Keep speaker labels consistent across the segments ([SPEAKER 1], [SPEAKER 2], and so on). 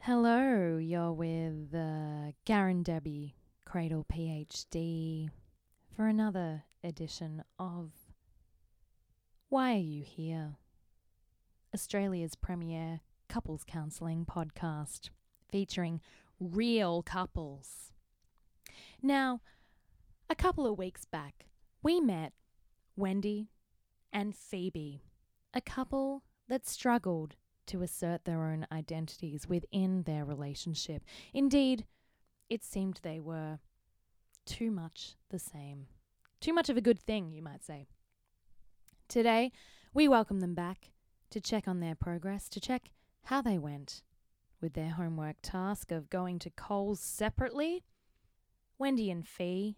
[SPEAKER 1] Hello, you're with uh, Garen Debbie, Cradle PhD, for another edition of Why Are You Here? Australia's premier couples counselling podcast featuring real couples. Now, a couple of weeks back, we met Wendy and Phoebe, a couple that struggled to assert their own identities within their relationship. Indeed, it seemed they were too much the same. Too much of a good thing, you might say. Today, we welcome them back to check on their progress, to check how they went with their homework task of going to Coles separately. Wendy and Fee,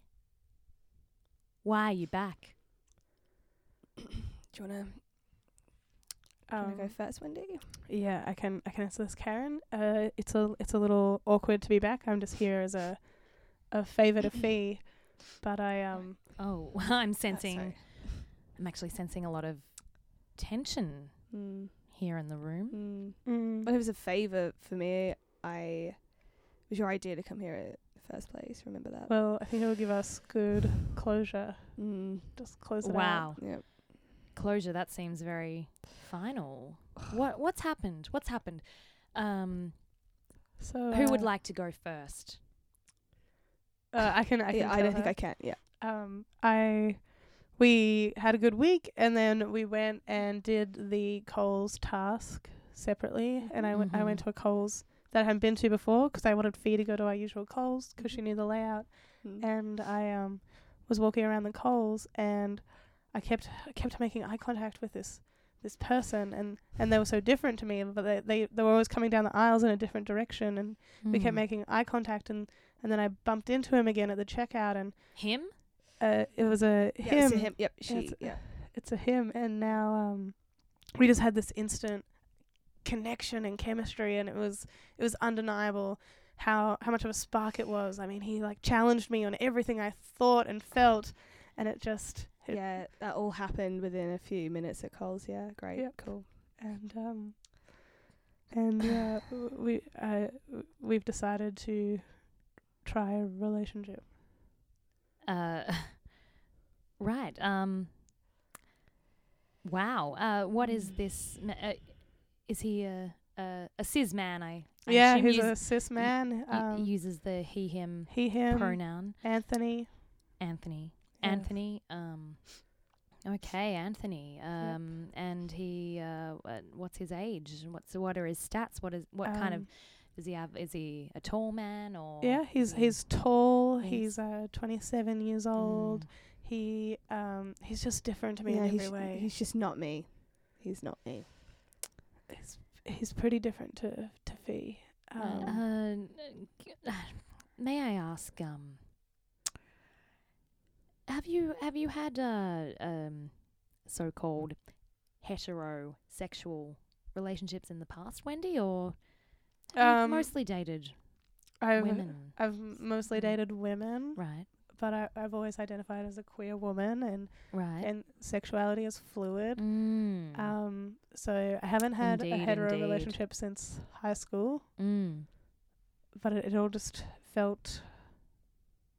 [SPEAKER 1] why are you back?
[SPEAKER 2] Do you wanna, do you
[SPEAKER 3] Um,
[SPEAKER 2] wanna go first, Wendy?
[SPEAKER 3] yeah, I can I can answer this, Karen. Uh, it's a it's a little awkward to be back. I'm just here as a a favour to fee, but I um
[SPEAKER 1] Oh, I'm sensing,
[SPEAKER 2] sorry.
[SPEAKER 1] I'm actually sensing a lot of tension
[SPEAKER 2] Mm,
[SPEAKER 1] here in the room.
[SPEAKER 2] mm. But
[SPEAKER 3] mm,
[SPEAKER 2] it was a favour for me. I it was your idea to come here in the first place. Remember that?
[SPEAKER 3] well I think it'll give us good closure.
[SPEAKER 2] Mm,
[SPEAKER 3] Just close it. out.
[SPEAKER 1] Wow.
[SPEAKER 2] yeah.
[SPEAKER 1] Closure, that seems very final. what what's happened? What's happened? Um
[SPEAKER 3] So
[SPEAKER 1] who would
[SPEAKER 3] uh,
[SPEAKER 1] like to go first?
[SPEAKER 3] Uh, I can. I, can
[SPEAKER 2] yeah, I
[SPEAKER 3] tell
[SPEAKER 2] don't think
[SPEAKER 3] her.
[SPEAKER 2] I can. Yeah.
[SPEAKER 3] um I we had a good week and then we went and did the Coles task separately and I went I went
[SPEAKER 1] Mhm.
[SPEAKER 2] Mm-hmm.
[SPEAKER 3] to a Coles that I hadn't been to before because I wanted Fee to go to our usual Coles because she knew the layout
[SPEAKER 2] Mm.
[SPEAKER 3] and I um was walking around the Coles and I kept I kept making eye contact with this this person and and they were so different to me but they they, they were always coming down the aisles in a different direction and we kept
[SPEAKER 1] Hmm.
[SPEAKER 3] making eye contact and and then I bumped into him again at the checkout and
[SPEAKER 1] him?
[SPEAKER 3] uh, it was a
[SPEAKER 2] yeah,
[SPEAKER 3] him.
[SPEAKER 2] it's a him. Yep. She.
[SPEAKER 3] Um, it's-
[SPEAKER 2] Yeah.
[SPEAKER 3] It's a him, and now um, we just had this instant connection and chemistry, and it was it was undeniable how how much of a spark it was. I mean, he like challenged me on everything I thought and felt, and it just it,
[SPEAKER 2] Yeah. That all happened within a few minutes at Coles. Yeah. Great.
[SPEAKER 3] Yep.
[SPEAKER 2] Cool.
[SPEAKER 3] and um, and yeah, w- we uh, w- we've decided to try a relationship.
[SPEAKER 1] Uh right. Um Wow. Uh what is this ma- uh, is he a a, a cis man I, I
[SPEAKER 3] yeah,
[SPEAKER 1] assume
[SPEAKER 3] he's
[SPEAKER 1] use-
[SPEAKER 3] a cis man.
[SPEAKER 1] u-
[SPEAKER 3] Um,
[SPEAKER 1] uses the he him
[SPEAKER 3] he him
[SPEAKER 1] pronoun.
[SPEAKER 3] Anthony.
[SPEAKER 1] Anthony.
[SPEAKER 3] Yeah.
[SPEAKER 1] Anthony. Um, okay, Anthony. Um, and he. Uh, wha- what's his age? What's what are his stats? What is what kind of
[SPEAKER 3] um,
[SPEAKER 1] does he have? Is he a tall man or?
[SPEAKER 3] Yeah, he's
[SPEAKER 1] Mm.
[SPEAKER 3] he's tall.
[SPEAKER 1] Yes.
[SPEAKER 3] He's uh, 27 years old.
[SPEAKER 1] Mm.
[SPEAKER 3] He um he's just different to me
[SPEAKER 2] yeah.
[SPEAKER 3] in every
[SPEAKER 2] He's,
[SPEAKER 3] way. He's,
[SPEAKER 2] he's just not me. He's not me.
[SPEAKER 3] he's pretty different to to Fee. Um,
[SPEAKER 1] Uh, uh, may I ask? Um, have you have you had uh, um, so-called heterosexual relationships in the past, Wendy, or have
[SPEAKER 3] Um,
[SPEAKER 1] you mostly dated
[SPEAKER 3] I've
[SPEAKER 1] women?
[SPEAKER 3] I've mostly
[SPEAKER 1] Mm.
[SPEAKER 3] dated women,
[SPEAKER 1] Right.
[SPEAKER 3] but I, I've always identified as a queer woman, and
[SPEAKER 1] Right.
[SPEAKER 3] and sexuality is fluid.
[SPEAKER 1] Mm.
[SPEAKER 3] Um, so I haven't had a
[SPEAKER 1] Indeed,
[SPEAKER 3] hetero
[SPEAKER 1] indeed.
[SPEAKER 3] relationship since high school,
[SPEAKER 1] mm.
[SPEAKER 3] but it, it all just felt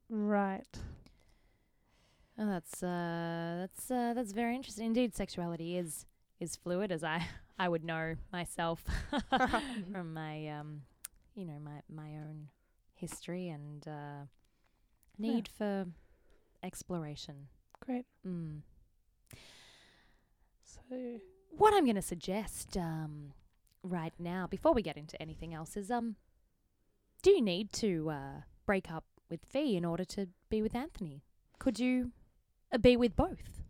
[SPEAKER 3] right.
[SPEAKER 1] Oh, that's uh, that's uh, that's very interesting. Indeed, sexuality is is fluid, as I I would know myself from my um, you know, my my own history and uh, need for exploration.
[SPEAKER 3] Great.
[SPEAKER 1] Mm.
[SPEAKER 3] So
[SPEAKER 1] What I'm going to suggest um, right now, before we get into anything else, is um, do you need to uh, break up with Fee in order to be with Anthony? Could you uh, be with both?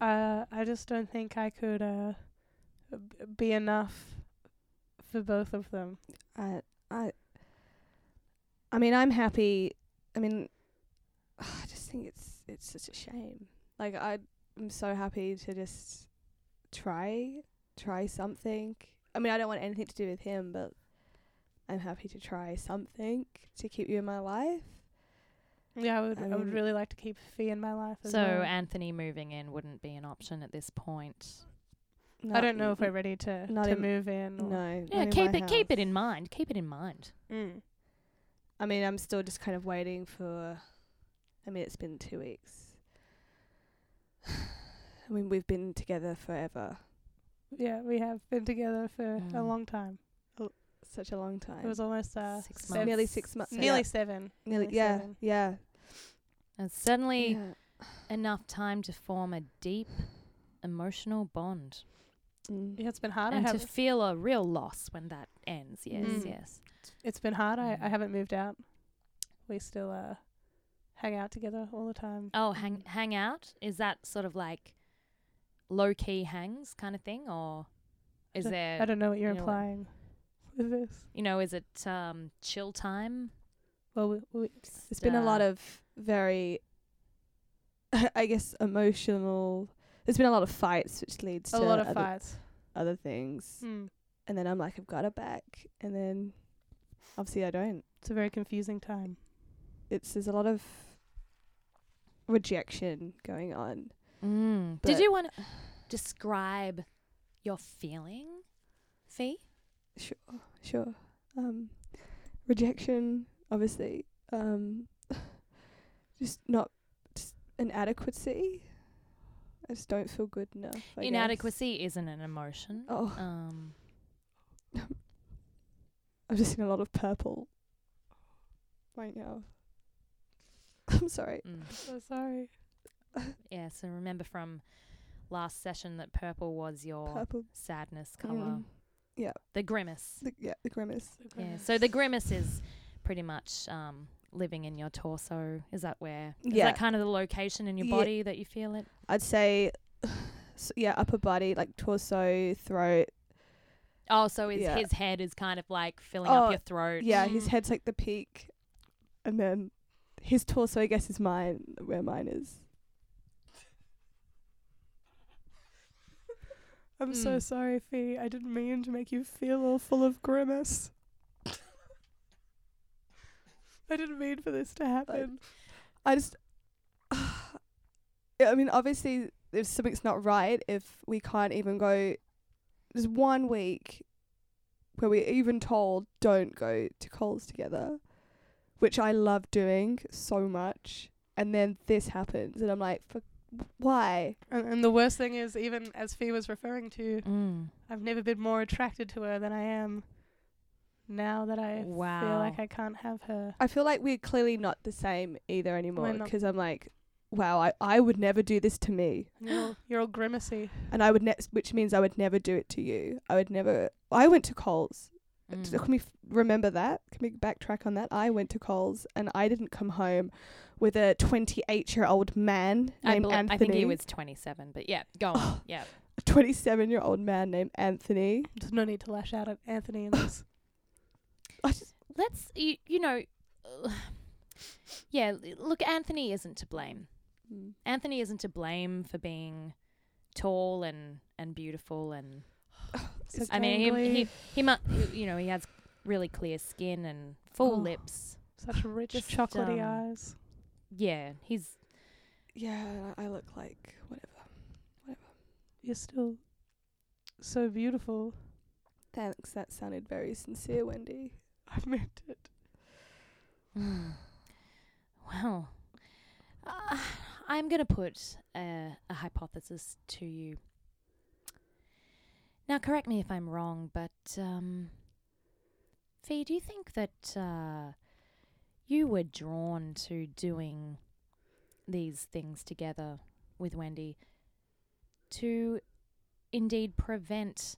[SPEAKER 3] Uh, I just don't think I could uh, b- be enough for both of them.
[SPEAKER 2] I, I, I mean, I'm happy. I mean, I just think it's it's such a shame. Like I, I'm so happy to just try try something. I mean, I don't want anything to do with him, but I'm happy to try something to keep you in my life.
[SPEAKER 3] Yeah, I would. I,
[SPEAKER 2] I
[SPEAKER 3] would
[SPEAKER 2] mean-
[SPEAKER 3] really like to keep Fee in my life as
[SPEAKER 1] So
[SPEAKER 3] well.
[SPEAKER 1] Anthony moving in wouldn't be an option at this point.
[SPEAKER 3] I don't know if we're ready to,
[SPEAKER 2] not
[SPEAKER 3] to
[SPEAKER 2] in-
[SPEAKER 3] move in. Or,
[SPEAKER 2] No.
[SPEAKER 1] Yeah, keep it keep it in mind. Keep it in mind.
[SPEAKER 3] Mm.
[SPEAKER 2] I mean, I'm still just kind of waiting for. I mean, it's been two weeks. I mean, we've been together forever,
[SPEAKER 3] Yeah, we have been together for a
[SPEAKER 1] Mm.
[SPEAKER 3] long time.
[SPEAKER 2] such a long time.
[SPEAKER 3] It was almost uh,
[SPEAKER 1] Six
[SPEAKER 3] sev-
[SPEAKER 1] months.
[SPEAKER 2] nearly six months.
[SPEAKER 1] So,
[SPEAKER 3] nearly
[SPEAKER 2] yeah.
[SPEAKER 3] seven.
[SPEAKER 2] nearly, yeah,
[SPEAKER 3] seven.
[SPEAKER 2] yeah,
[SPEAKER 1] And suddenly
[SPEAKER 2] yeah.
[SPEAKER 1] enough time to form a deep emotional bond.
[SPEAKER 2] Mm.
[SPEAKER 3] Yeah, it's been hard. I
[SPEAKER 1] and to
[SPEAKER 3] have.
[SPEAKER 1] feel a real loss when that ends. Yes,
[SPEAKER 3] Mm.
[SPEAKER 1] yes.
[SPEAKER 3] it's been hard. I, I
[SPEAKER 1] Mm.
[SPEAKER 3] haven't moved out. We still uh, hang out together all the time.
[SPEAKER 1] Oh, hang hang out? Is that sort of like low key hangs kind of thing or is
[SPEAKER 3] don't-
[SPEAKER 1] there
[SPEAKER 3] I don't know what you're
[SPEAKER 1] you know what?
[SPEAKER 3] implying with this.
[SPEAKER 1] you know, is it um chill time?
[SPEAKER 3] Well, we, we,
[SPEAKER 2] There's been a lot
[SPEAKER 1] Uh,
[SPEAKER 2] of very, I guess, emotional. There's been a lot of fights, which leads
[SPEAKER 3] a
[SPEAKER 2] to
[SPEAKER 3] lot of
[SPEAKER 2] other,
[SPEAKER 3] fights.
[SPEAKER 2] other things.
[SPEAKER 3] Mm.
[SPEAKER 2] And then I'm like, I've got her back, and then obviously I don't.
[SPEAKER 3] It's a very confusing time.
[SPEAKER 2] It's there's a lot of rejection going on.
[SPEAKER 1] Mm. Did
[SPEAKER 2] but-
[SPEAKER 1] you want to describe your feeling, Fee?
[SPEAKER 2] Sure, sure. Um, rejection, obviously. Um, just not just inadequacy. I just don't feel good enough. I guess.
[SPEAKER 1] Inadequacy isn't an emotion.
[SPEAKER 2] Oh,
[SPEAKER 1] Um,
[SPEAKER 2] I've just seen a lot of purple right now. I'm sorry.
[SPEAKER 1] mm.
[SPEAKER 3] So sorry.
[SPEAKER 1] Yeah, so remember from last session that purple was your
[SPEAKER 2] Purple.
[SPEAKER 1] sadness
[SPEAKER 2] mm,
[SPEAKER 1] color, the grimace.
[SPEAKER 2] The, yeah, the grimace.
[SPEAKER 1] Yeah, so the grimace is pretty much um, living in your torso. Is that where? Is
[SPEAKER 2] Yeah.
[SPEAKER 1] that kind of the location in your
[SPEAKER 2] Ye-
[SPEAKER 1] body that you feel it?
[SPEAKER 2] I'd say, s yeah, upper body, like torso, throat.
[SPEAKER 1] Oh, so his,
[SPEAKER 2] Yeah.
[SPEAKER 1] his head is kind of like filling
[SPEAKER 2] Oh,
[SPEAKER 1] up your throat.
[SPEAKER 2] Yeah, his
[SPEAKER 3] Mm.
[SPEAKER 2] head's like the peak, and then his torso, I guess, is mine, where mine is.
[SPEAKER 3] I'm so
[SPEAKER 1] Mm.
[SPEAKER 3] sorry, Fee. I didn't mean to make you feel all full of grimace. I didn't mean for this to happen.
[SPEAKER 2] I just, Yeah, I mean, obviously, if something's not right, if we can't even go, there's one week where we're even told don't go to Coles together, which I love doing so much, and then this happens, and I'm like, for why?
[SPEAKER 3] And, and the worst thing is, even as Fee was referring to,
[SPEAKER 1] Mm.
[SPEAKER 3] I've never been more attracted to her than I am now that I feel
[SPEAKER 1] Wow.
[SPEAKER 3] like I can't have her.
[SPEAKER 2] I feel like we're clearly not the same either anymore
[SPEAKER 3] not.
[SPEAKER 2] because I'm like, wow, I, I would never do this to me,
[SPEAKER 3] You're all, you're all grimacy.
[SPEAKER 2] and I would ne- which means I would never do it to you. I would never. I went to Coles.
[SPEAKER 1] Mm.
[SPEAKER 2] Can we f- remember that? Can we backtrack on that? I went to Coles and I didn't come home with a 28 year old man
[SPEAKER 1] I,
[SPEAKER 2] named
[SPEAKER 1] bel-
[SPEAKER 2] Anthony. Oh.
[SPEAKER 1] I think he was 27, but yeah, go on. yeah.
[SPEAKER 2] a 27 year old man named Anthony.
[SPEAKER 3] There's no need to lash out at Anthony in this.
[SPEAKER 2] I just,
[SPEAKER 1] Let's, you, you know, yeah, l- look, Anthony isn't to blame. Mm. Anthony isn't to blame for being tall and, and beautiful and
[SPEAKER 3] So
[SPEAKER 1] I mean,
[SPEAKER 3] gangly,
[SPEAKER 1] he he he mu- you know he has really clear skin and full
[SPEAKER 3] Oh.
[SPEAKER 1] lips.
[SPEAKER 3] such rich
[SPEAKER 1] just,
[SPEAKER 3] chocolatey
[SPEAKER 1] um,
[SPEAKER 3] eyes.
[SPEAKER 1] Yeah, he's
[SPEAKER 2] yeah, and I I look like whatever.
[SPEAKER 3] You're still so beautiful.
[SPEAKER 2] Thanks. That sounded very sincere, Wendy.
[SPEAKER 3] I meant it.
[SPEAKER 1] mm, well. Uh, I'm gonna put a, a hypothesis to you. Now, correct me if I'm wrong, but um, Fee, do you think that uh, you were drawn to doing these things together with Wendy to indeed prevent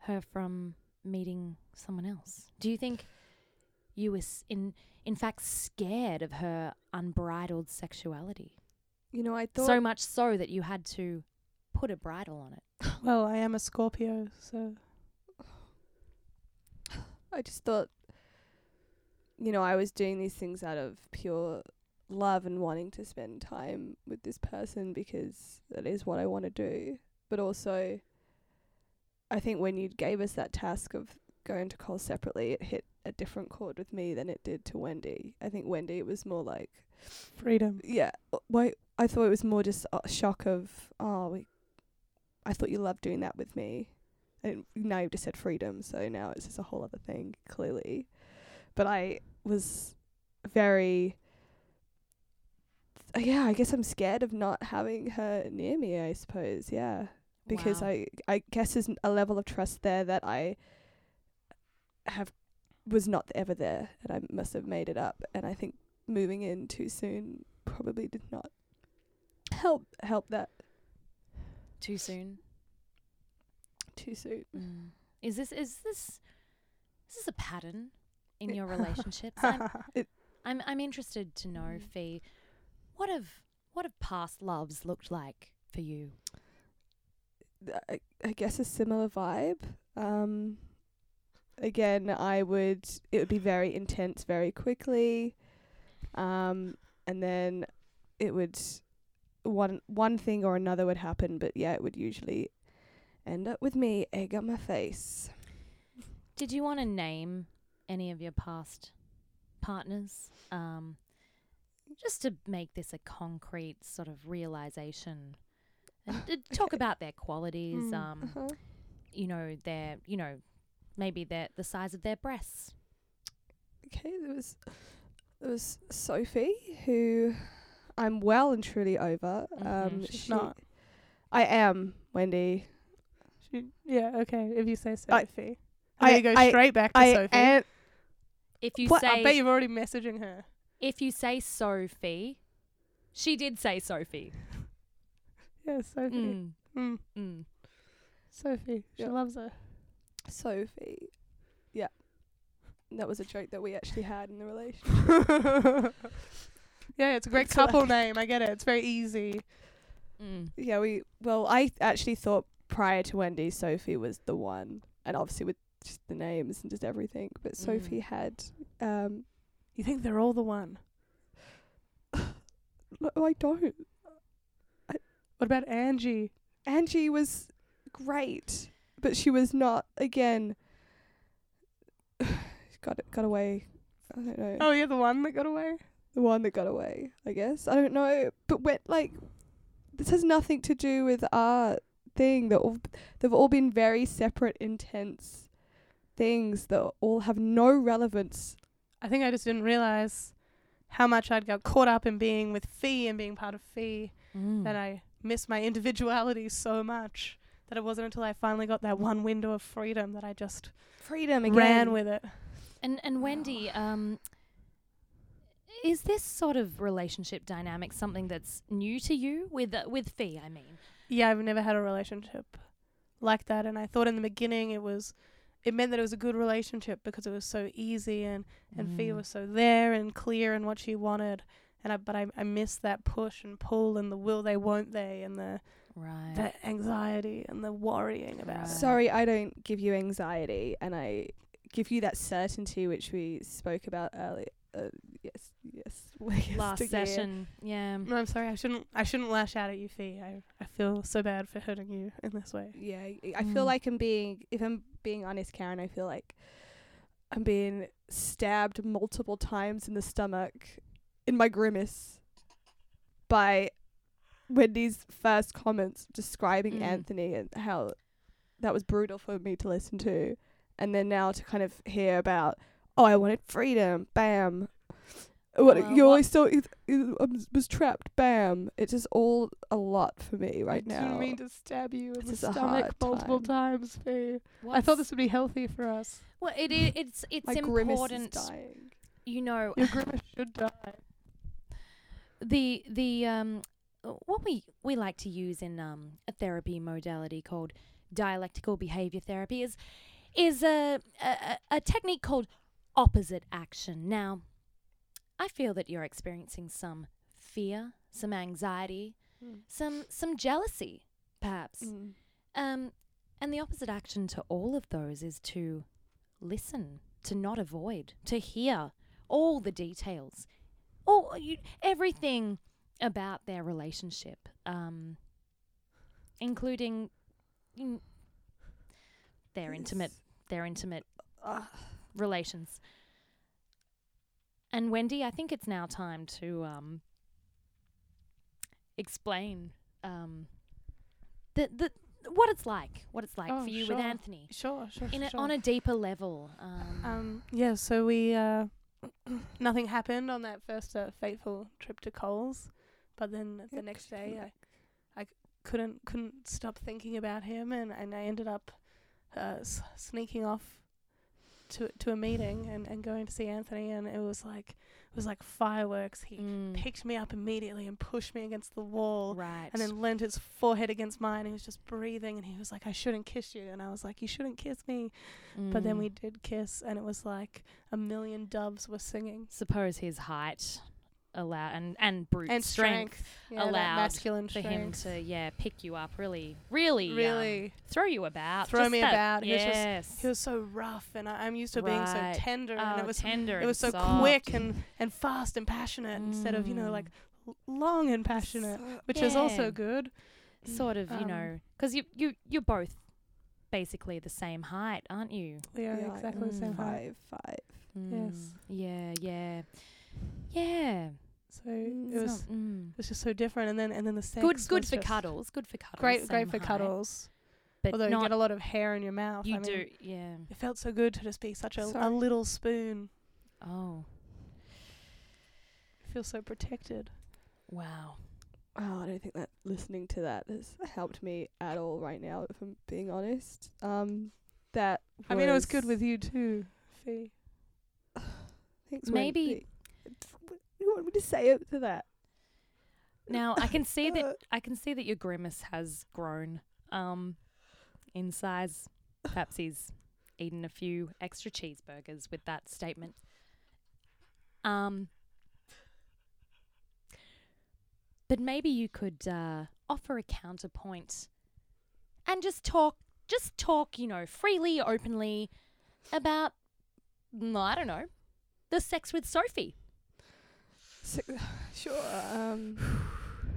[SPEAKER 1] her from meeting someone else? Do you think you were s- in in fact scared of her unbridled sexuality?
[SPEAKER 2] You know, I thought.
[SPEAKER 1] so much so that you had to put a bridle on it.
[SPEAKER 3] Well, I am a Scorpio, so
[SPEAKER 2] I just thought, you know, I was doing these things out of pure love and wanting to spend time with this person because that is what I want to do. But also, I think when you gave us that task of going to call separately, it hit a different chord with me than it did to Wendy. I think Wendy, it was more like,
[SPEAKER 3] freedom.
[SPEAKER 2] uh, yeah, why? I thought it was more just a shock of, oh, we, I thought you loved doing that with me. And now you've just said freedom, so now it's just a whole other thing, clearly. But I was very uh, yeah, I guess I'm scared of not having her near me, I suppose. Yeah. Because
[SPEAKER 1] Wow.
[SPEAKER 2] I I guess there's a level of trust there that I have was not ever there and I must have made it up and I think moving in too soon probably did not help help that
[SPEAKER 1] too soon.
[SPEAKER 2] too soon.
[SPEAKER 1] Mm. Is this is this is this a pattern in your relationships? I'm,
[SPEAKER 2] It-
[SPEAKER 1] I'm I'm interested to know,
[SPEAKER 3] Mm.
[SPEAKER 1] Fee, what have what have past loves looked like for you?
[SPEAKER 2] I, I guess a similar vibe. Um, again, I would it would be very intense very quickly, um, and then it would one one thing or another would happen. But yeah, it would usually end up with me egg on my face.
[SPEAKER 1] Did you want to name any of your past partners? Um, just to make this a concrete sort of realization, and uh, talk
[SPEAKER 2] Okay.
[SPEAKER 1] about their qualities.
[SPEAKER 3] Mm.
[SPEAKER 1] Um,
[SPEAKER 2] Uh-huh.
[SPEAKER 1] you know their you know maybe their the size of their breasts.
[SPEAKER 2] Okay, there was there was Sophie who I'm well and truly over.
[SPEAKER 1] Mhm.
[SPEAKER 2] Um,
[SPEAKER 3] Mm-hmm. She's
[SPEAKER 2] she-
[SPEAKER 3] not.
[SPEAKER 2] I am Wendy.
[SPEAKER 3] She, yeah, okay. If you say
[SPEAKER 2] I-
[SPEAKER 3] Sophie, I,
[SPEAKER 2] I-
[SPEAKER 3] you go
[SPEAKER 2] I-
[SPEAKER 3] straight back to
[SPEAKER 2] I
[SPEAKER 3] Sophie.
[SPEAKER 2] am.
[SPEAKER 1] If you
[SPEAKER 2] What?
[SPEAKER 1] say
[SPEAKER 3] I bet you're already messaging her.
[SPEAKER 1] if you say Sophie, she did say Sophie.
[SPEAKER 3] Yeah, Sophie. Mm.
[SPEAKER 1] Mm, mm.
[SPEAKER 3] Sophie. She
[SPEAKER 2] Yeah.
[SPEAKER 3] loves her.
[SPEAKER 2] Sophie. Yeah. That was a joke that we actually had in the relationship.
[SPEAKER 3] yeah, it's a great
[SPEAKER 2] It's like-
[SPEAKER 3] couple name. I get it. It's very easy.
[SPEAKER 1] Mm.
[SPEAKER 2] Yeah, we well, I actually thought prior to Wendy, Sophie was the one. And obviously with just the names and just everything. But
[SPEAKER 1] Mm.
[SPEAKER 2] Sophie had um
[SPEAKER 3] You think they're all the one?
[SPEAKER 2] no, I don't.
[SPEAKER 3] What about Angie?
[SPEAKER 2] Angie was great, but she was not again got got away. I don't know.
[SPEAKER 3] Oh, yeah, the one that got away.
[SPEAKER 2] the one that got away, I guess. I don't know, but when like this has nothing to do with our thing. That all they've all been very separate, intense things that all have no relevance.
[SPEAKER 3] I think I just didn't realize how much I'd got caught up in being with Fee and being part of Fee
[SPEAKER 1] Mm.
[SPEAKER 3] that I missed my individuality so much that it wasn't until I finally got that one window of freedom that I just
[SPEAKER 2] Freedom
[SPEAKER 3] ran with it.
[SPEAKER 1] And and Wendy, um, is this sort of relationship dynamic something that's new to you with uh, with Fee? I mean,
[SPEAKER 3] Yeah, I've never had a relationship like that, and I thought in the beginning it was, it meant that it was a good relationship because it was so easy and and
[SPEAKER 1] Mm.
[SPEAKER 3] Fia was so there and clear in what she wanted, and I but I I missed that push and pull and the will they won't they and the
[SPEAKER 1] right.
[SPEAKER 3] the anxiety and the worrying
[SPEAKER 1] Uh.
[SPEAKER 3] about it.
[SPEAKER 2] Sorry, I don't give you anxiety, and I give you that certainty which we spoke about earlier. Uh, yes, yes.
[SPEAKER 1] Last
[SPEAKER 2] yesteryear.
[SPEAKER 1] session, yeah.
[SPEAKER 3] No, I'm sorry. I shouldn't. I shouldn't lash out at you, Fee. I, I feel so bad for hurting you in this way.
[SPEAKER 2] yeah I- i feel
[SPEAKER 1] Mm.
[SPEAKER 2] like i'm being if i'm being honest karen i feel like i'm being stabbed multiple times in the stomach in my grimace by wendy's first comments describing
[SPEAKER 1] Mm.
[SPEAKER 2] anthony and how that was brutal for me to listen to and then now to kind of hear about oh i wanted freedom bam what
[SPEAKER 1] Well,
[SPEAKER 2] you
[SPEAKER 1] what-
[SPEAKER 2] always so I was trapped bam it's just all a lot for me right
[SPEAKER 3] I
[SPEAKER 2] now
[SPEAKER 3] didn't mean to stab you in
[SPEAKER 2] This
[SPEAKER 3] the
[SPEAKER 2] is a
[SPEAKER 3] stomach
[SPEAKER 2] hard
[SPEAKER 3] multiple times, Fee. I thought this would be healthy for us.
[SPEAKER 1] Well, it is. It's it's
[SPEAKER 2] My grimace is
[SPEAKER 1] important.
[SPEAKER 2] dying.
[SPEAKER 1] You know,
[SPEAKER 3] Your grimace should die.
[SPEAKER 1] the the um uh, what we we like to use in um a therapy modality called dialectical behavior therapy is is a a, a- a technique called opposite action now i feel that you're experiencing some fear some anxiety some some jealousy perhaps
[SPEAKER 2] Mm.
[SPEAKER 1] um and the opposite action to all of those is to listen, to not avoid, to hear all the details, all you, everything about their relationship, um, including mm, their intimate their intimate
[SPEAKER 2] Ah,
[SPEAKER 1] relations. And Wendy, I think it's now time to um, explain um, the the what it's like, what it's like
[SPEAKER 3] Oh,
[SPEAKER 1] for you
[SPEAKER 3] sure.
[SPEAKER 1] with Anthony
[SPEAKER 3] Sure, sure.
[SPEAKER 1] in a,
[SPEAKER 3] sure.
[SPEAKER 1] on a deeper level. Um,
[SPEAKER 3] Um, yeah, so we uh, nothing happened on that first uh, fateful trip to Coles, but then the next day I, I c- couldn't couldn't stop thinking about him, and, and I ended up uh, s- sneaking off to to a meeting and, and going to see Anthony, and it was like it was like fireworks. He
[SPEAKER 1] mm,
[SPEAKER 3] picked me up immediately and pushed me against the wall.
[SPEAKER 1] right.
[SPEAKER 3] And then leant his forehead against mine. He was just breathing, and he was like, "I shouldn't kiss you," and I was like, "You shouldn't kiss me." But then
[SPEAKER 1] Mm.
[SPEAKER 3] we did kiss, and it was like a million doves were singing.
[SPEAKER 1] suppose his height allow and and brute
[SPEAKER 3] And
[SPEAKER 1] strength,
[SPEAKER 3] strength, yeah, that
[SPEAKER 1] allowed
[SPEAKER 3] masculine
[SPEAKER 1] for him
[SPEAKER 3] strength.
[SPEAKER 1] to yeah pick you up really really um,
[SPEAKER 3] really.
[SPEAKER 1] throw you about
[SPEAKER 3] Throw
[SPEAKER 1] just
[SPEAKER 3] me
[SPEAKER 1] that-
[SPEAKER 3] about. He was just-
[SPEAKER 1] yes
[SPEAKER 3] He was so rough, and I, I'm used to being so
[SPEAKER 1] Right.
[SPEAKER 3] tender, and
[SPEAKER 1] Oh,
[SPEAKER 3] it was
[SPEAKER 1] tender
[SPEAKER 3] it was so
[SPEAKER 1] and soft. Mm.
[SPEAKER 3] quick and and fast and passionate instead of you know like l- long and passionate, which is
[SPEAKER 1] Yeah.
[SPEAKER 3] also good.
[SPEAKER 1] Mm. sort of
[SPEAKER 2] mm.
[SPEAKER 1] you
[SPEAKER 3] um,
[SPEAKER 1] know because you you you're both basically the same height aren't you
[SPEAKER 3] We are
[SPEAKER 2] Ah, Yeah,
[SPEAKER 3] exactly the same height.
[SPEAKER 2] five five.
[SPEAKER 1] Mm, yeah yeah yeah
[SPEAKER 3] So it
[SPEAKER 1] It's
[SPEAKER 3] was
[SPEAKER 1] not- mm.
[SPEAKER 3] it was just so different, and then and then the sex
[SPEAKER 1] good good
[SPEAKER 3] was
[SPEAKER 1] for
[SPEAKER 3] just
[SPEAKER 1] cuddles good for cuddles
[SPEAKER 3] Great,
[SPEAKER 1] same
[SPEAKER 3] great for
[SPEAKER 1] height,
[SPEAKER 3] cuddles.
[SPEAKER 1] but
[SPEAKER 3] Although you
[SPEAKER 1] not
[SPEAKER 3] get a lot of hair in your mouth.
[SPEAKER 1] you
[SPEAKER 3] I mean,
[SPEAKER 1] do yeah
[SPEAKER 3] It felt so good to just be such a, a
[SPEAKER 2] Sorry.
[SPEAKER 3] little spoon.
[SPEAKER 1] oh
[SPEAKER 3] I feel so protected.
[SPEAKER 1] wow
[SPEAKER 2] Oh, I don't think that listening to that has helped me at all right now. If I'm being honest, um, that
[SPEAKER 3] I mean, it was good with you too, Fee.
[SPEAKER 2] Thanks, Wendy.
[SPEAKER 1] Maybe-
[SPEAKER 2] You want me to say it to that?
[SPEAKER 1] Now I can see that I can see that your grimace has grown um, in size. Perhaps he's eaten a few extra cheeseburgers with that statement. Um, but maybe you could uh, offer a counterpoint and just talk, just talk, you know, freely, openly about, mm, I don't know, the sex with Sophie.
[SPEAKER 2] So- sure. Um,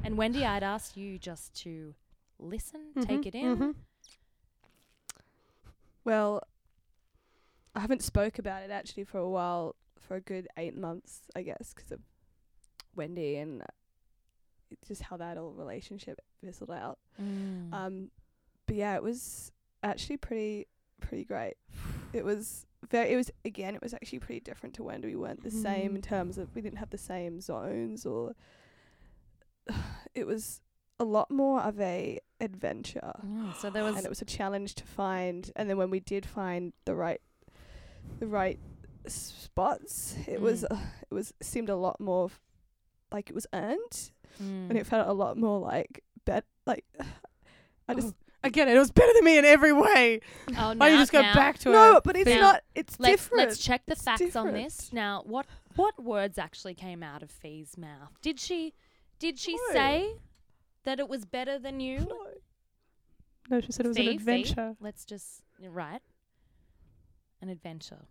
[SPEAKER 1] And Wendy, I'd ask you just to listen,
[SPEAKER 3] Mm-hmm,
[SPEAKER 1] take it in.
[SPEAKER 2] well, I haven't spoke about it actually for a while, for a good eight months, I guess, 'cause of Wendy and uh, just how that old relationship fizzled out.
[SPEAKER 1] Mm.
[SPEAKER 3] Uh,
[SPEAKER 2] Um, but yeah, it was actually pretty pretty great. It was very. It was again. It was actually pretty different to when we weren't the same in
[SPEAKER 1] Mm.
[SPEAKER 2] terms of we didn't have the same zones or. It was a lot more of a adventure,
[SPEAKER 1] Mm, so there
[SPEAKER 2] and
[SPEAKER 1] was
[SPEAKER 2] it was a challenge to find. And then when we did find the right, the right s- spots, it was
[SPEAKER 3] Mm.
[SPEAKER 2] uh, it was seemed a lot more f- like it was earned,
[SPEAKER 1] mm.
[SPEAKER 2] and
[SPEAKER 3] Mm.
[SPEAKER 2] it felt a lot more like bet like. I just
[SPEAKER 3] I get it. It was better than me in every way.
[SPEAKER 1] oh,
[SPEAKER 3] Why don't
[SPEAKER 1] now-
[SPEAKER 3] you just go
[SPEAKER 1] now,
[SPEAKER 3] back to
[SPEAKER 2] no,
[SPEAKER 3] it?
[SPEAKER 2] but it's
[SPEAKER 1] Now,
[SPEAKER 2] not. It's
[SPEAKER 1] Let's
[SPEAKER 2] different.
[SPEAKER 1] let's check the
[SPEAKER 2] It's
[SPEAKER 1] facts on
[SPEAKER 2] different.
[SPEAKER 1] this. Now, what what words actually came out of Fee's mouth? Did she did she
[SPEAKER 2] No.
[SPEAKER 1] say that it was better than you?
[SPEAKER 2] No.
[SPEAKER 3] No, she said it was
[SPEAKER 1] Fee,
[SPEAKER 3] an
[SPEAKER 1] Fee,
[SPEAKER 3] adventure.
[SPEAKER 1] Let's just right an adventure.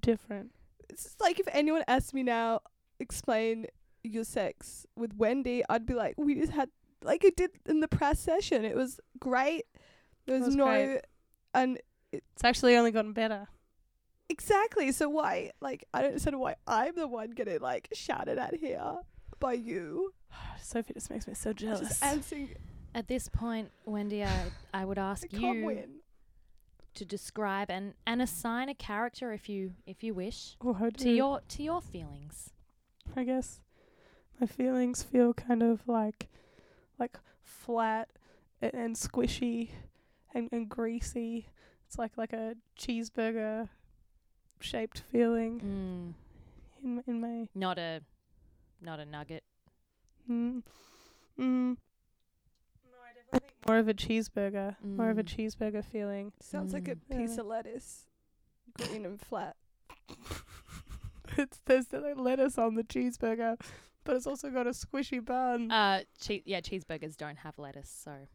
[SPEAKER 3] Different.
[SPEAKER 2] It's just like if anyone asked me now, explain your sex with Wendy, I'd be like, we just had like it did in the press session. It was great. There was,
[SPEAKER 3] was
[SPEAKER 2] no,
[SPEAKER 3] great.
[SPEAKER 2] and
[SPEAKER 3] It's actually only gotten better.
[SPEAKER 2] exactly. So why, like, I don't understand why I'm the one getting like shouted at here by you.
[SPEAKER 3] Sophie just makes me so
[SPEAKER 2] Just
[SPEAKER 3] jealous.
[SPEAKER 2] answering,
[SPEAKER 1] At this point, Wendy, I, I would ask
[SPEAKER 2] I
[SPEAKER 1] you
[SPEAKER 2] can't win.
[SPEAKER 1] to describe and, and assign a character if you if you wish
[SPEAKER 3] oh, I
[SPEAKER 1] to
[SPEAKER 3] do.
[SPEAKER 1] your to your feelings.
[SPEAKER 3] I guess my feelings feel kind of like, like flat and, and squishy, and, and greasy. It's like like a cheeseburger shaped feeling
[SPEAKER 1] Mm,
[SPEAKER 3] in in my
[SPEAKER 1] not a not a nugget.
[SPEAKER 3] Mm. Mm. More of a cheeseburger, more of a
[SPEAKER 1] Mm.
[SPEAKER 3] cheeseburger feeling.
[SPEAKER 2] Sounds like a
[SPEAKER 1] Mm.
[SPEAKER 2] piece
[SPEAKER 3] Yeah.
[SPEAKER 2] of lettuce, green and flat.
[SPEAKER 3] it's there's the lettuce on the cheeseburger, but it's also got a squishy
[SPEAKER 2] Mm.
[SPEAKER 3] bun.
[SPEAKER 1] Uh, che- yeah, cheeseburgers don't have lettuce, so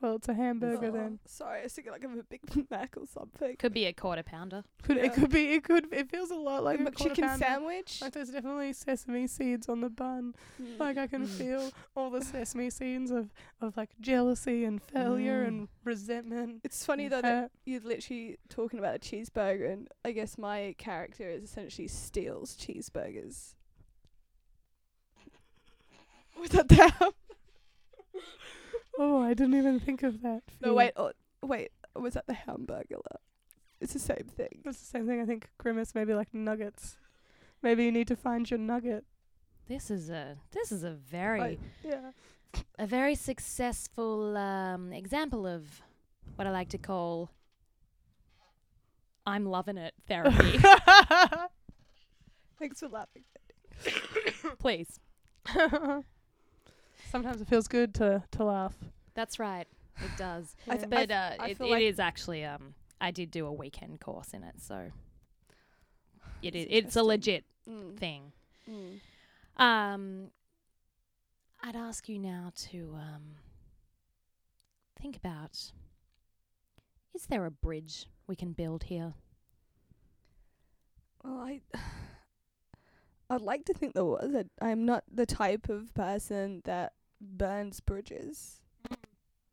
[SPEAKER 3] well, it's a hamburger
[SPEAKER 2] Oh,
[SPEAKER 3] then.
[SPEAKER 2] Sorry, I was thinking like of a Big Mac or something.
[SPEAKER 1] could be a quarter pounder.
[SPEAKER 3] Could
[SPEAKER 2] oh, yeah.
[SPEAKER 3] it could be it could it feels a lot like
[SPEAKER 2] Like
[SPEAKER 3] a quarter
[SPEAKER 2] McChicken
[SPEAKER 3] pounder.
[SPEAKER 2] sandwich. Hmm.
[SPEAKER 3] Like there's definitely sesame seeds on the bun. Like I can
[SPEAKER 1] Mm.
[SPEAKER 3] feel all the sesame seeds of of like jealousy and failure
[SPEAKER 1] Mm.
[SPEAKER 3] and resentment.
[SPEAKER 2] It's funny
[SPEAKER 3] and
[SPEAKER 2] though that
[SPEAKER 3] hurt.
[SPEAKER 2] you're literally talking about a cheeseburger, and I guess my character is essentially steals cheeseburgers. Was that them?
[SPEAKER 3] Oh, I didn't even think of that.
[SPEAKER 2] No,
[SPEAKER 3] Phew.
[SPEAKER 2] wait, oh, wait. Was that the hamburger? lot? It's the same thing.
[SPEAKER 3] That's the same thing. I think grimace maybe like nuggets. Maybe you need to find your nugget.
[SPEAKER 1] This is a this is a very
[SPEAKER 3] Yeah.
[SPEAKER 1] a very successful um, example of what I like to call I'm loving it therapy.
[SPEAKER 2] Thanks for laughing.
[SPEAKER 1] Please.
[SPEAKER 3] Sometimes it feels good to to laugh.
[SPEAKER 1] That's right. It does.
[SPEAKER 2] I th-
[SPEAKER 3] Yeah.
[SPEAKER 1] But
[SPEAKER 2] f-
[SPEAKER 1] uh,
[SPEAKER 2] I
[SPEAKER 1] it,
[SPEAKER 2] feel
[SPEAKER 1] it
[SPEAKER 2] like-
[SPEAKER 1] is actually um I did do a weekend course in it, so it is
[SPEAKER 2] That's
[SPEAKER 1] it's a
[SPEAKER 2] interesting.
[SPEAKER 1] legit
[SPEAKER 2] Mm.
[SPEAKER 1] thing.
[SPEAKER 2] Mm.
[SPEAKER 1] Um, I'd ask you now to um, think about is there a bridge we can build here?
[SPEAKER 2] Well, I, I'd like to think there was. I, I'm not the type of person that burns bridges,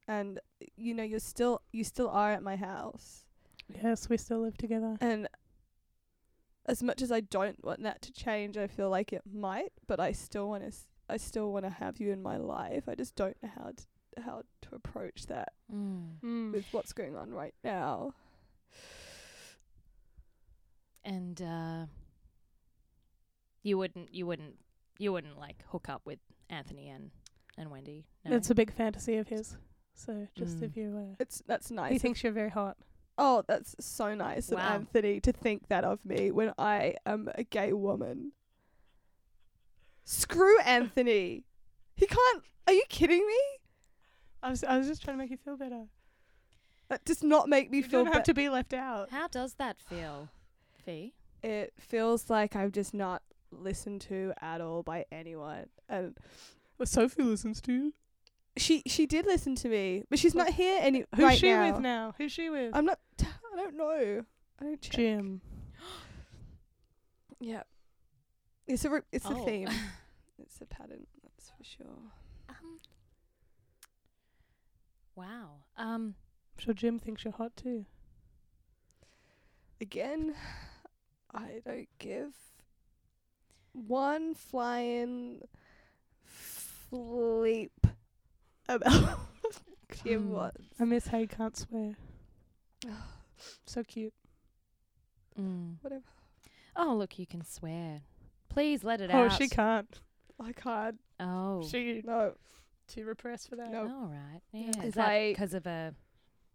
[SPEAKER 2] and you know, you're still you still are at my house,
[SPEAKER 3] Yes, we still live together.
[SPEAKER 2] and as much as I don't want that to change, I feel like it might, but I still want to. I still want to have you in my life. I just don't know how to, how to approach that
[SPEAKER 3] Mm.
[SPEAKER 2] with what's going on right now.
[SPEAKER 1] And uh, you wouldn't, you wouldn't, you wouldn't like hook up with Anthony and and Wendy. No?
[SPEAKER 3] That's a big fantasy of his. So just
[SPEAKER 1] Mm.
[SPEAKER 3] if you uh,
[SPEAKER 2] It's that's nice.
[SPEAKER 3] he
[SPEAKER 2] of
[SPEAKER 3] thinks you're very hot.
[SPEAKER 2] Oh, that's so nice
[SPEAKER 1] Wow.
[SPEAKER 2] of Anthony to think that of me when I am a gay woman. Screw Anthony. He can't. Are you kidding me?
[SPEAKER 3] I was I was just trying to make you feel better.
[SPEAKER 2] That does not make me
[SPEAKER 3] You
[SPEAKER 2] feel
[SPEAKER 3] don't have
[SPEAKER 2] better.
[SPEAKER 3] to be left out.
[SPEAKER 1] How does that feel, Fee?
[SPEAKER 2] It feels like I'm just not listened to at all by anyone. And
[SPEAKER 3] Well, Sophie listens to you.
[SPEAKER 2] she she did listen to me, but she's not here any
[SPEAKER 3] Who's
[SPEAKER 2] right
[SPEAKER 3] she
[SPEAKER 2] now.
[SPEAKER 3] with now? Who's she with?
[SPEAKER 2] I'm not. I don't know. I don't check.
[SPEAKER 3] Jim.
[SPEAKER 2] Yeah. It's a re- it's
[SPEAKER 1] Oh.
[SPEAKER 2] a theme. It's a pattern. That's for sure.
[SPEAKER 1] Um, wow. Um,
[SPEAKER 3] I'm sure Jim thinks you're hot too.
[SPEAKER 2] again, I don't give one flying fleep about Jim
[SPEAKER 1] Hmm.
[SPEAKER 2] Watts.
[SPEAKER 3] I miss how you can't swear. So cute.
[SPEAKER 1] mm.
[SPEAKER 2] Whatever.
[SPEAKER 1] Oh, look, you can swear. Please let it
[SPEAKER 3] oh,
[SPEAKER 1] out.
[SPEAKER 3] she can't.
[SPEAKER 2] I can't.
[SPEAKER 1] Oh.
[SPEAKER 3] She
[SPEAKER 2] No.
[SPEAKER 3] too repressed for that.
[SPEAKER 2] No.
[SPEAKER 1] All right.
[SPEAKER 2] Oh. Yeah.
[SPEAKER 1] Yeah. Is
[SPEAKER 2] It's
[SPEAKER 1] that
[SPEAKER 2] like-
[SPEAKER 1] because of a,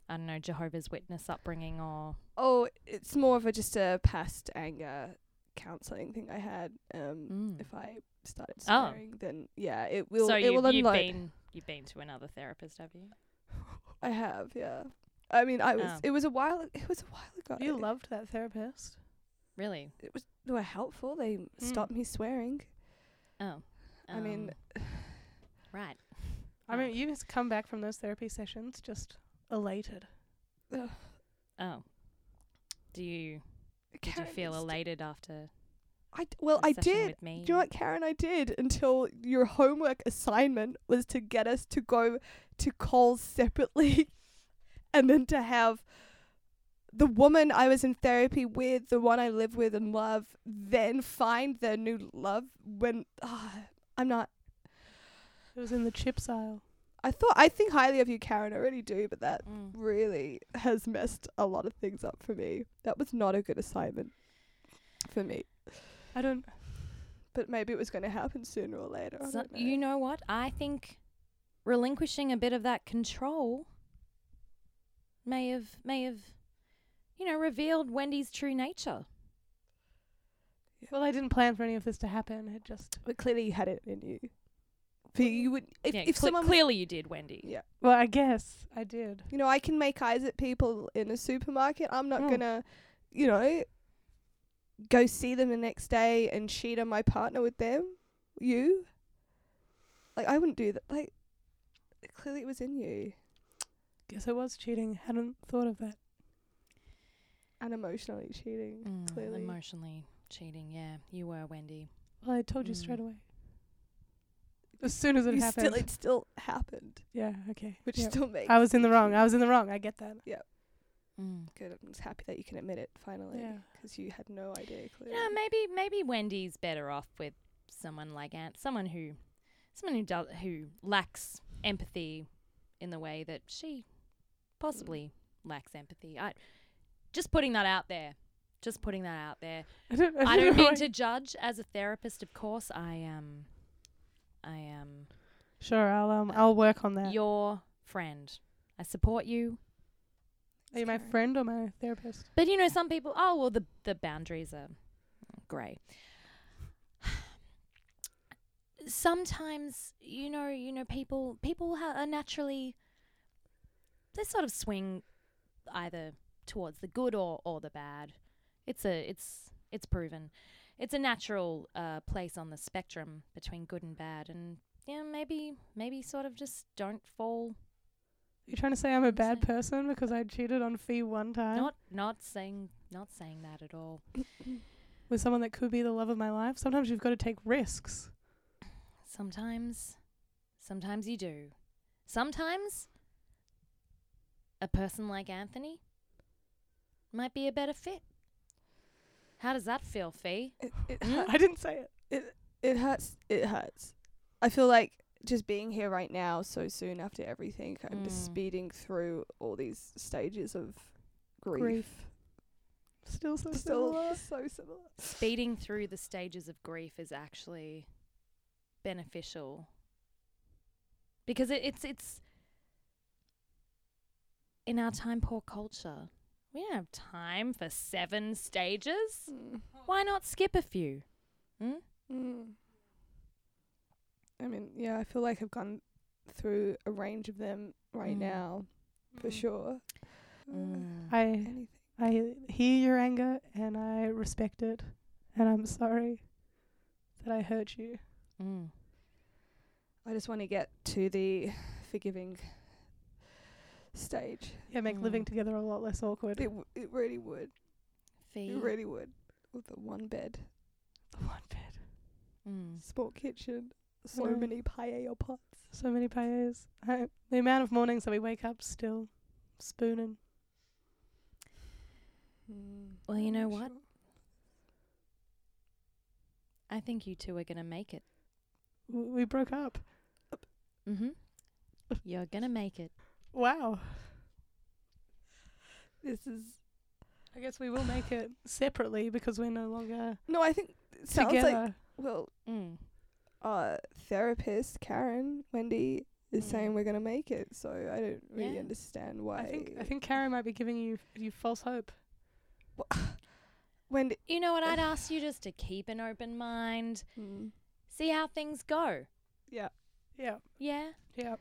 [SPEAKER 1] I don't know, Jehovah's Witness upbringing or?
[SPEAKER 2] Oh, it's more of a just a past anger counseling thing I had. Um,
[SPEAKER 1] Mm.
[SPEAKER 2] if I started
[SPEAKER 1] Oh.
[SPEAKER 2] swearing, then yeah, it will.
[SPEAKER 1] so
[SPEAKER 2] it
[SPEAKER 1] you've,
[SPEAKER 2] will
[SPEAKER 1] you've
[SPEAKER 2] unload.
[SPEAKER 1] been you've been to another therapist, have you?
[SPEAKER 2] I have. Yeah. I mean, I was.
[SPEAKER 1] Oh.
[SPEAKER 2] It was a while. It was a while ago.
[SPEAKER 3] You loved that therapist.
[SPEAKER 1] Really?
[SPEAKER 2] It was. They were helpful. They
[SPEAKER 1] Mm.
[SPEAKER 2] stopped me swearing.
[SPEAKER 1] Oh.
[SPEAKER 2] I mean,
[SPEAKER 1] um, right.
[SPEAKER 3] I mean, you just come back from those therapy sessions just elated.
[SPEAKER 1] Oh. Do you did you
[SPEAKER 2] Karen
[SPEAKER 1] feel
[SPEAKER 2] is-
[SPEAKER 1] elated after?
[SPEAKER 2] I d- well,
[SPEAKER 1] the
[SPEAKER 2] I
[SPEAKER 1] session
[SPEAKER 2] did.
[SPEAKER 1] With me?
[SPEAKER 2] Do you know what, Karen? I did until your homework assignment was to get us to go to Coles separately, and then to have the woman I was in therapy with, the one I live with and love, then find their new love. When ah, I'm not.
[SPEAKER 3] It was in the chips aisle.
[SPEAKER 2] I thought I think highly of you, Karen. I really do, but that
[SPEAKER 1] Mm.
[SPEAKER 2] really has messed a lot of things up for me. That was not a good assignment for me.
[SPEAKER 3] I don't.
[SPEAKER 2] But maybe it was going to happen sooner or later. I
[SPEAKER 1] So-
[SPEAKER 2] don't know.
[SPEAKER 1] you know what? I think relinquishing a bit of that control may have may have you know revealed Wendy's true nature.
[SPEAKER 3] Well, I didn't plan for any of this to happen. It just.
[SPEAKER 2] But clearly you had it in you. But you would if,
[SPEAKER 1] yeah,
[SPEAKER 2] if
[SPEAKER 1] cle-
[SPEAKER 2] someone was-
[SPEAKER 1] clearly you did, Wendy.
[SPEAKER 2] Yeah.
[SPEAKER 3] Well, I guess I did.
[SPEAKER 2] you know, I can make eyes at people in a supermarket. I'm not
[SPEAKER 3] Mm.
[SPEAKER 2] gonna, you know, go see them the next day and cheat on my partner with them. You like I wouldn't do that. Like clearly it was in you.
[SPEAKER 3] Guess I was cheating. Hadn't thought of that.
[SPEAKER 2] And emotionally cheating.
[SPEAKER 1] Mm,
[SPEAKER 2] clearly.
[SPEAKER 1] Emotionally cheating, yeah. You were, Wendy.
[SPEAKER 3] Well, I told you
[SPEAKER 1] Mm.
[SPEAKER 3] straight away. As soon as it
[SPEAKER 2] you
[SPEAKER 3] happened.
[SPEAKER 2] still it still happened.
[SPEAKER 3] yeah. Okay.
[SPEAKER 2] Which
[SPEAKER 3] Yeah.
[SPEAKER 2] still makes
[SPEAKER 3] I was in the
[SPEAKER 2] it
[SPEAKER 3] wrong. I was in the wrong. I get that.
[SPEAKER 1] Mm.
[SPEAKER 2] good. I'm just happy that you can admit it finally.
[SPEAKER 3] Yeah.
[SPEAKER 2] Because you had no idea
[SPEAKER 1] You
[SPEAKER 2] clearly.
[SPEAKER 1] know, maybe maybe Wendy's better off with someone like Ant, someone who, someone who does who lacks empathy in the way that she possibly lacks empathy. I just putting that out there. Just putting that out there.
[SPEAKER 3] I don't,
[SPEAKER 1] I don't
[SPEAKER 3] know
[SPEAKER 1] mean
[SPEAKER 3] why-
[SPEAKER 1] to judge as a therapist, of course. I am I am
[SPEAKER 3] Sure, I'll um, I'll work on that.
[SPEAKER 1] your friend. I support you.
[SPEAKER 3] Are you my
[SPEAKER 2] Sorry.
[SPEAKER 3] friend or my therapist?
[SPEAKER 1] But you know, some people oh well the the boundaries are grey. Sometimes, you know, you know, people people ha- are naturally they sort of swing either towards the good or, or the bad. It's a it's it's proven. It's a natural uh, place on the spectrum between good and bad, and yeah, maybe maybe sort of just don't fall.
[SPEAKER 3] You trying to say I'm a bad
[SPEAKER 1] Say-
[SPEAKER 3] person because I cheated on Fee one time
[SPEAKER 1] Not not saying not saying that at all.
[SPEAKER 3] with someone that could be the love of my life? Sometimes you've got to take risks.
[SPEAKER 1] Sometimes, sometimes you do. Sometimes, a person like Anthony might be a better fit. How does that feel, Fee?
[SPEAKER 2] It, it, hurt-
[SPEAKER 3] Hmm? I didn't say it.
[SPEAKER 2] it, it hurts. It hurts. I feel like just being here right now, so soon after everything, I'm just
[SPEAKER 1] Mm.
[SPEAKER 2] speeding through all these stages of grief.
[SPEAKER 3] Grief. Still so
[SPEAKER 2] Still
[SPEAKER 3] similar.
[SPEAKER 2] so similar.
[SPEAKER 1] Speeding through the stages of grief is actually beneficial because it, it's it's in our time poor culture. We don't have time for seven stages.
[SPEAKER 2] Mm.
[SPEAKER 1] Why not skip a few? Hmm?
[SPEAKER 2] Mm. I mean, yeah, I feel like I've gone through a range of them right
[SPEAKER 1] Mm.
[SPEAKER 2] now, for
[SPEAKER 3] Mm.
[SPEAKER 2] sure. Uh,
[SPEAKER 3] I
[SPEAKER 2] anything.
[SPEAKER 3] I hear your anger and I respect it, and I'm sorry that I hurt you.
[SPEAKER 1] Mm.
[SPEAKER 2] I just want to get to the forgiving stage.
[SPEAKER 3] Yeah, make
[SPEAKER 1] Mm.
[SPEAKER 3] living together a lot less awkward.
[SPEAKER 2] It w- it really would.
[SPEAKER 1] Fee.
[SPEAKER 2] It really would. With the one bed,
[SPEAKER 3] One bed.
[SPEAKER 1] Mm.
[SPEAKER 2] sport kitchen, so
[SPEAKER 3] know.
[SPEAKER 2] many paella pots.
[SPEAKER 3] So many paillas. I, the amount of mornings that we wake up still spooning.
[SPEAKER 1] Well, Mm. you
[SPEAKER 2] I'm
[SPEAKER 1] know
[SPEAKER 2] not
[SPEAKER 1] what?
[SPEAKER 2] sure.
[SPEAKER 1] I think you two are going to make it.
[SPEAKER 3] W- We broke up.
[SPEAKER 1] Mm-hmm. You're going to make it.
[SPEAKER 3] Wow.
[SPEAKER 2] This is
[SPEAKER 3] I guess we will make it separately because we're no longer
[SPEAKER 2] no. I think it sounds
[SPEAKER 3] together.
[SPEAKER 2] like well,
[SPEAKER 1] Mm.
[SPEAKER 2] our therapist Karen Wendy is saying
[SPEAKER 1] Mm.
[SPEAKER 2] we're gonna make it. So I don't really
[SPEAKER 1] Yeah.
[SPEAKER 2] understand why.
[SPEAKER 3] I think I think Karen might be giving you you false hope.
[SPEAKER 2] Wendy.
[SPEAKER 1] You know what? I'd ask you just to keep an open mind,
[SPEAKER 2] Mm.
[SPEAKER 1] see how things go.
[SPEAKER 3] Yeah.
[SPEAKER 1] Yeah?
[SPEAKER 3] Yeah.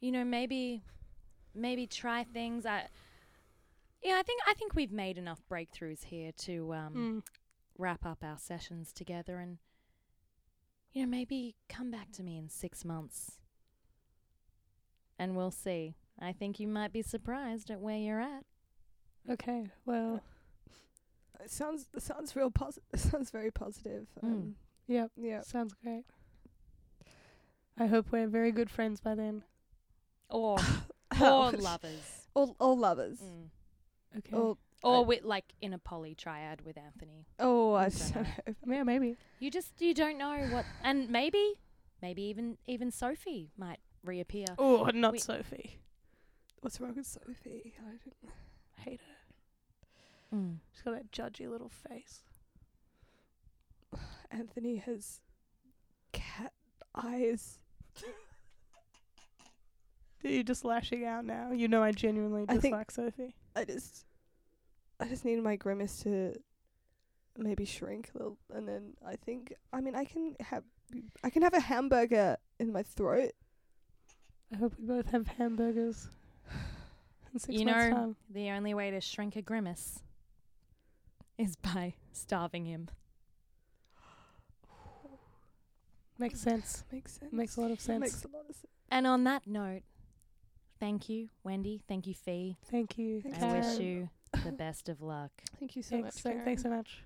[SPEAKER 1] You know, maybe maybe try things. I Yeah, I think I think we've made enough breakthroughs here to um
[SPEAKER 3] Mm.
[SPEAKER 1] wrap up our sessions together and you know maybe come back to me in 6 months and we'll see i think you might be surprised at where you're at
[SPEAKER 3] Okay. Well.
[SPEAKER 2] It sounds it sounds real positive. Sounds very positive.
[SPEAKER 1] Mm.
[SPEAKER 2] Um,
[SPEAKER 3] Yep.
[SPEAKER 2] Yeah.
[SPEAKER 3] Sounds great. I hope we're very good friends by then.
[SPEAKER 1] or or
[SPEAKER 2] Ouch.
[SPEAKER 1] lovers
[SPEAKER 2] All, all lovers.
[SPEAKER 1] Mm.
[SPEAKER 3] Okay.
[SPEAKER 2] All,
[SPEAKER 1] or
[SPEAKER 2] I-
[SPEAKER 1] with like in a poly triad with anthony
[SPEAKER 2] oh, I
[SPEAKER 1] I
[SPEAKER 2] don't
[SPEAKER 1] dunno.
[SPEAKER 2] know.
[SPEAKER 3] Um, Yeah, maybe.
[SPEAKER 1] you just you don't know what and maybe maybe even even sophie might reappear
[SPEAKER 3] Oh, not
[SPEAKER 1] We-
[SPEAKER 3] Sophie.
[SPEAKER 2] What's wrong with Sophie? I don't
[SPEAKER 3] Hate her.
[SPEAKER 1] mm.
[SPEAKER 3] She's got that judgy little face.
[SPEAKER 2] Anthony has cat eyes.
[SPEAKER 3] You're just lashing out now. You know I genuinely
[SPEAKER 2] I think-
[SPEAKER 3] dislike Sophie.
[SPEAKER 2] I just, I just need my grimace to maybe shrink a little, and then I think I mean I can have I can have a hamburger in my throat.
[SPEAKER 3] I hope we both have hamburgers in six
[SPEAKER 1] You
[SPEAKER 3] months'
[SPEAKER 1] know-
[SPEAKER 3] time.
[SPEAKER 1] the only way to shrink a grimace is by starving him
[SPEAKER 3] Makes sense.
[SPEAKER 2] Makes sense.
[SPEAKER 3] Makes a lot of sense.
[SPEAKER 2] Makes a lot of sense.
[SPEAKER 1] And on that note, thank you, Wendy. Thank you, Fee.
[SPEAKER 3] Thank you.
[SPEAKER 2] Thanks,
[SPEAKER 1] I
[SPEAKER 3] Karen.
[SPEAKER 1] wish you the best of luck.
[SPEAKER 2] Thank you so
[SPEAKER 3] Thanks
[SPEAKER 2] much.
[SPEAKER 3] so,
[SPEAKER 2] Karen.
[SPEAKER 3] thanks so much.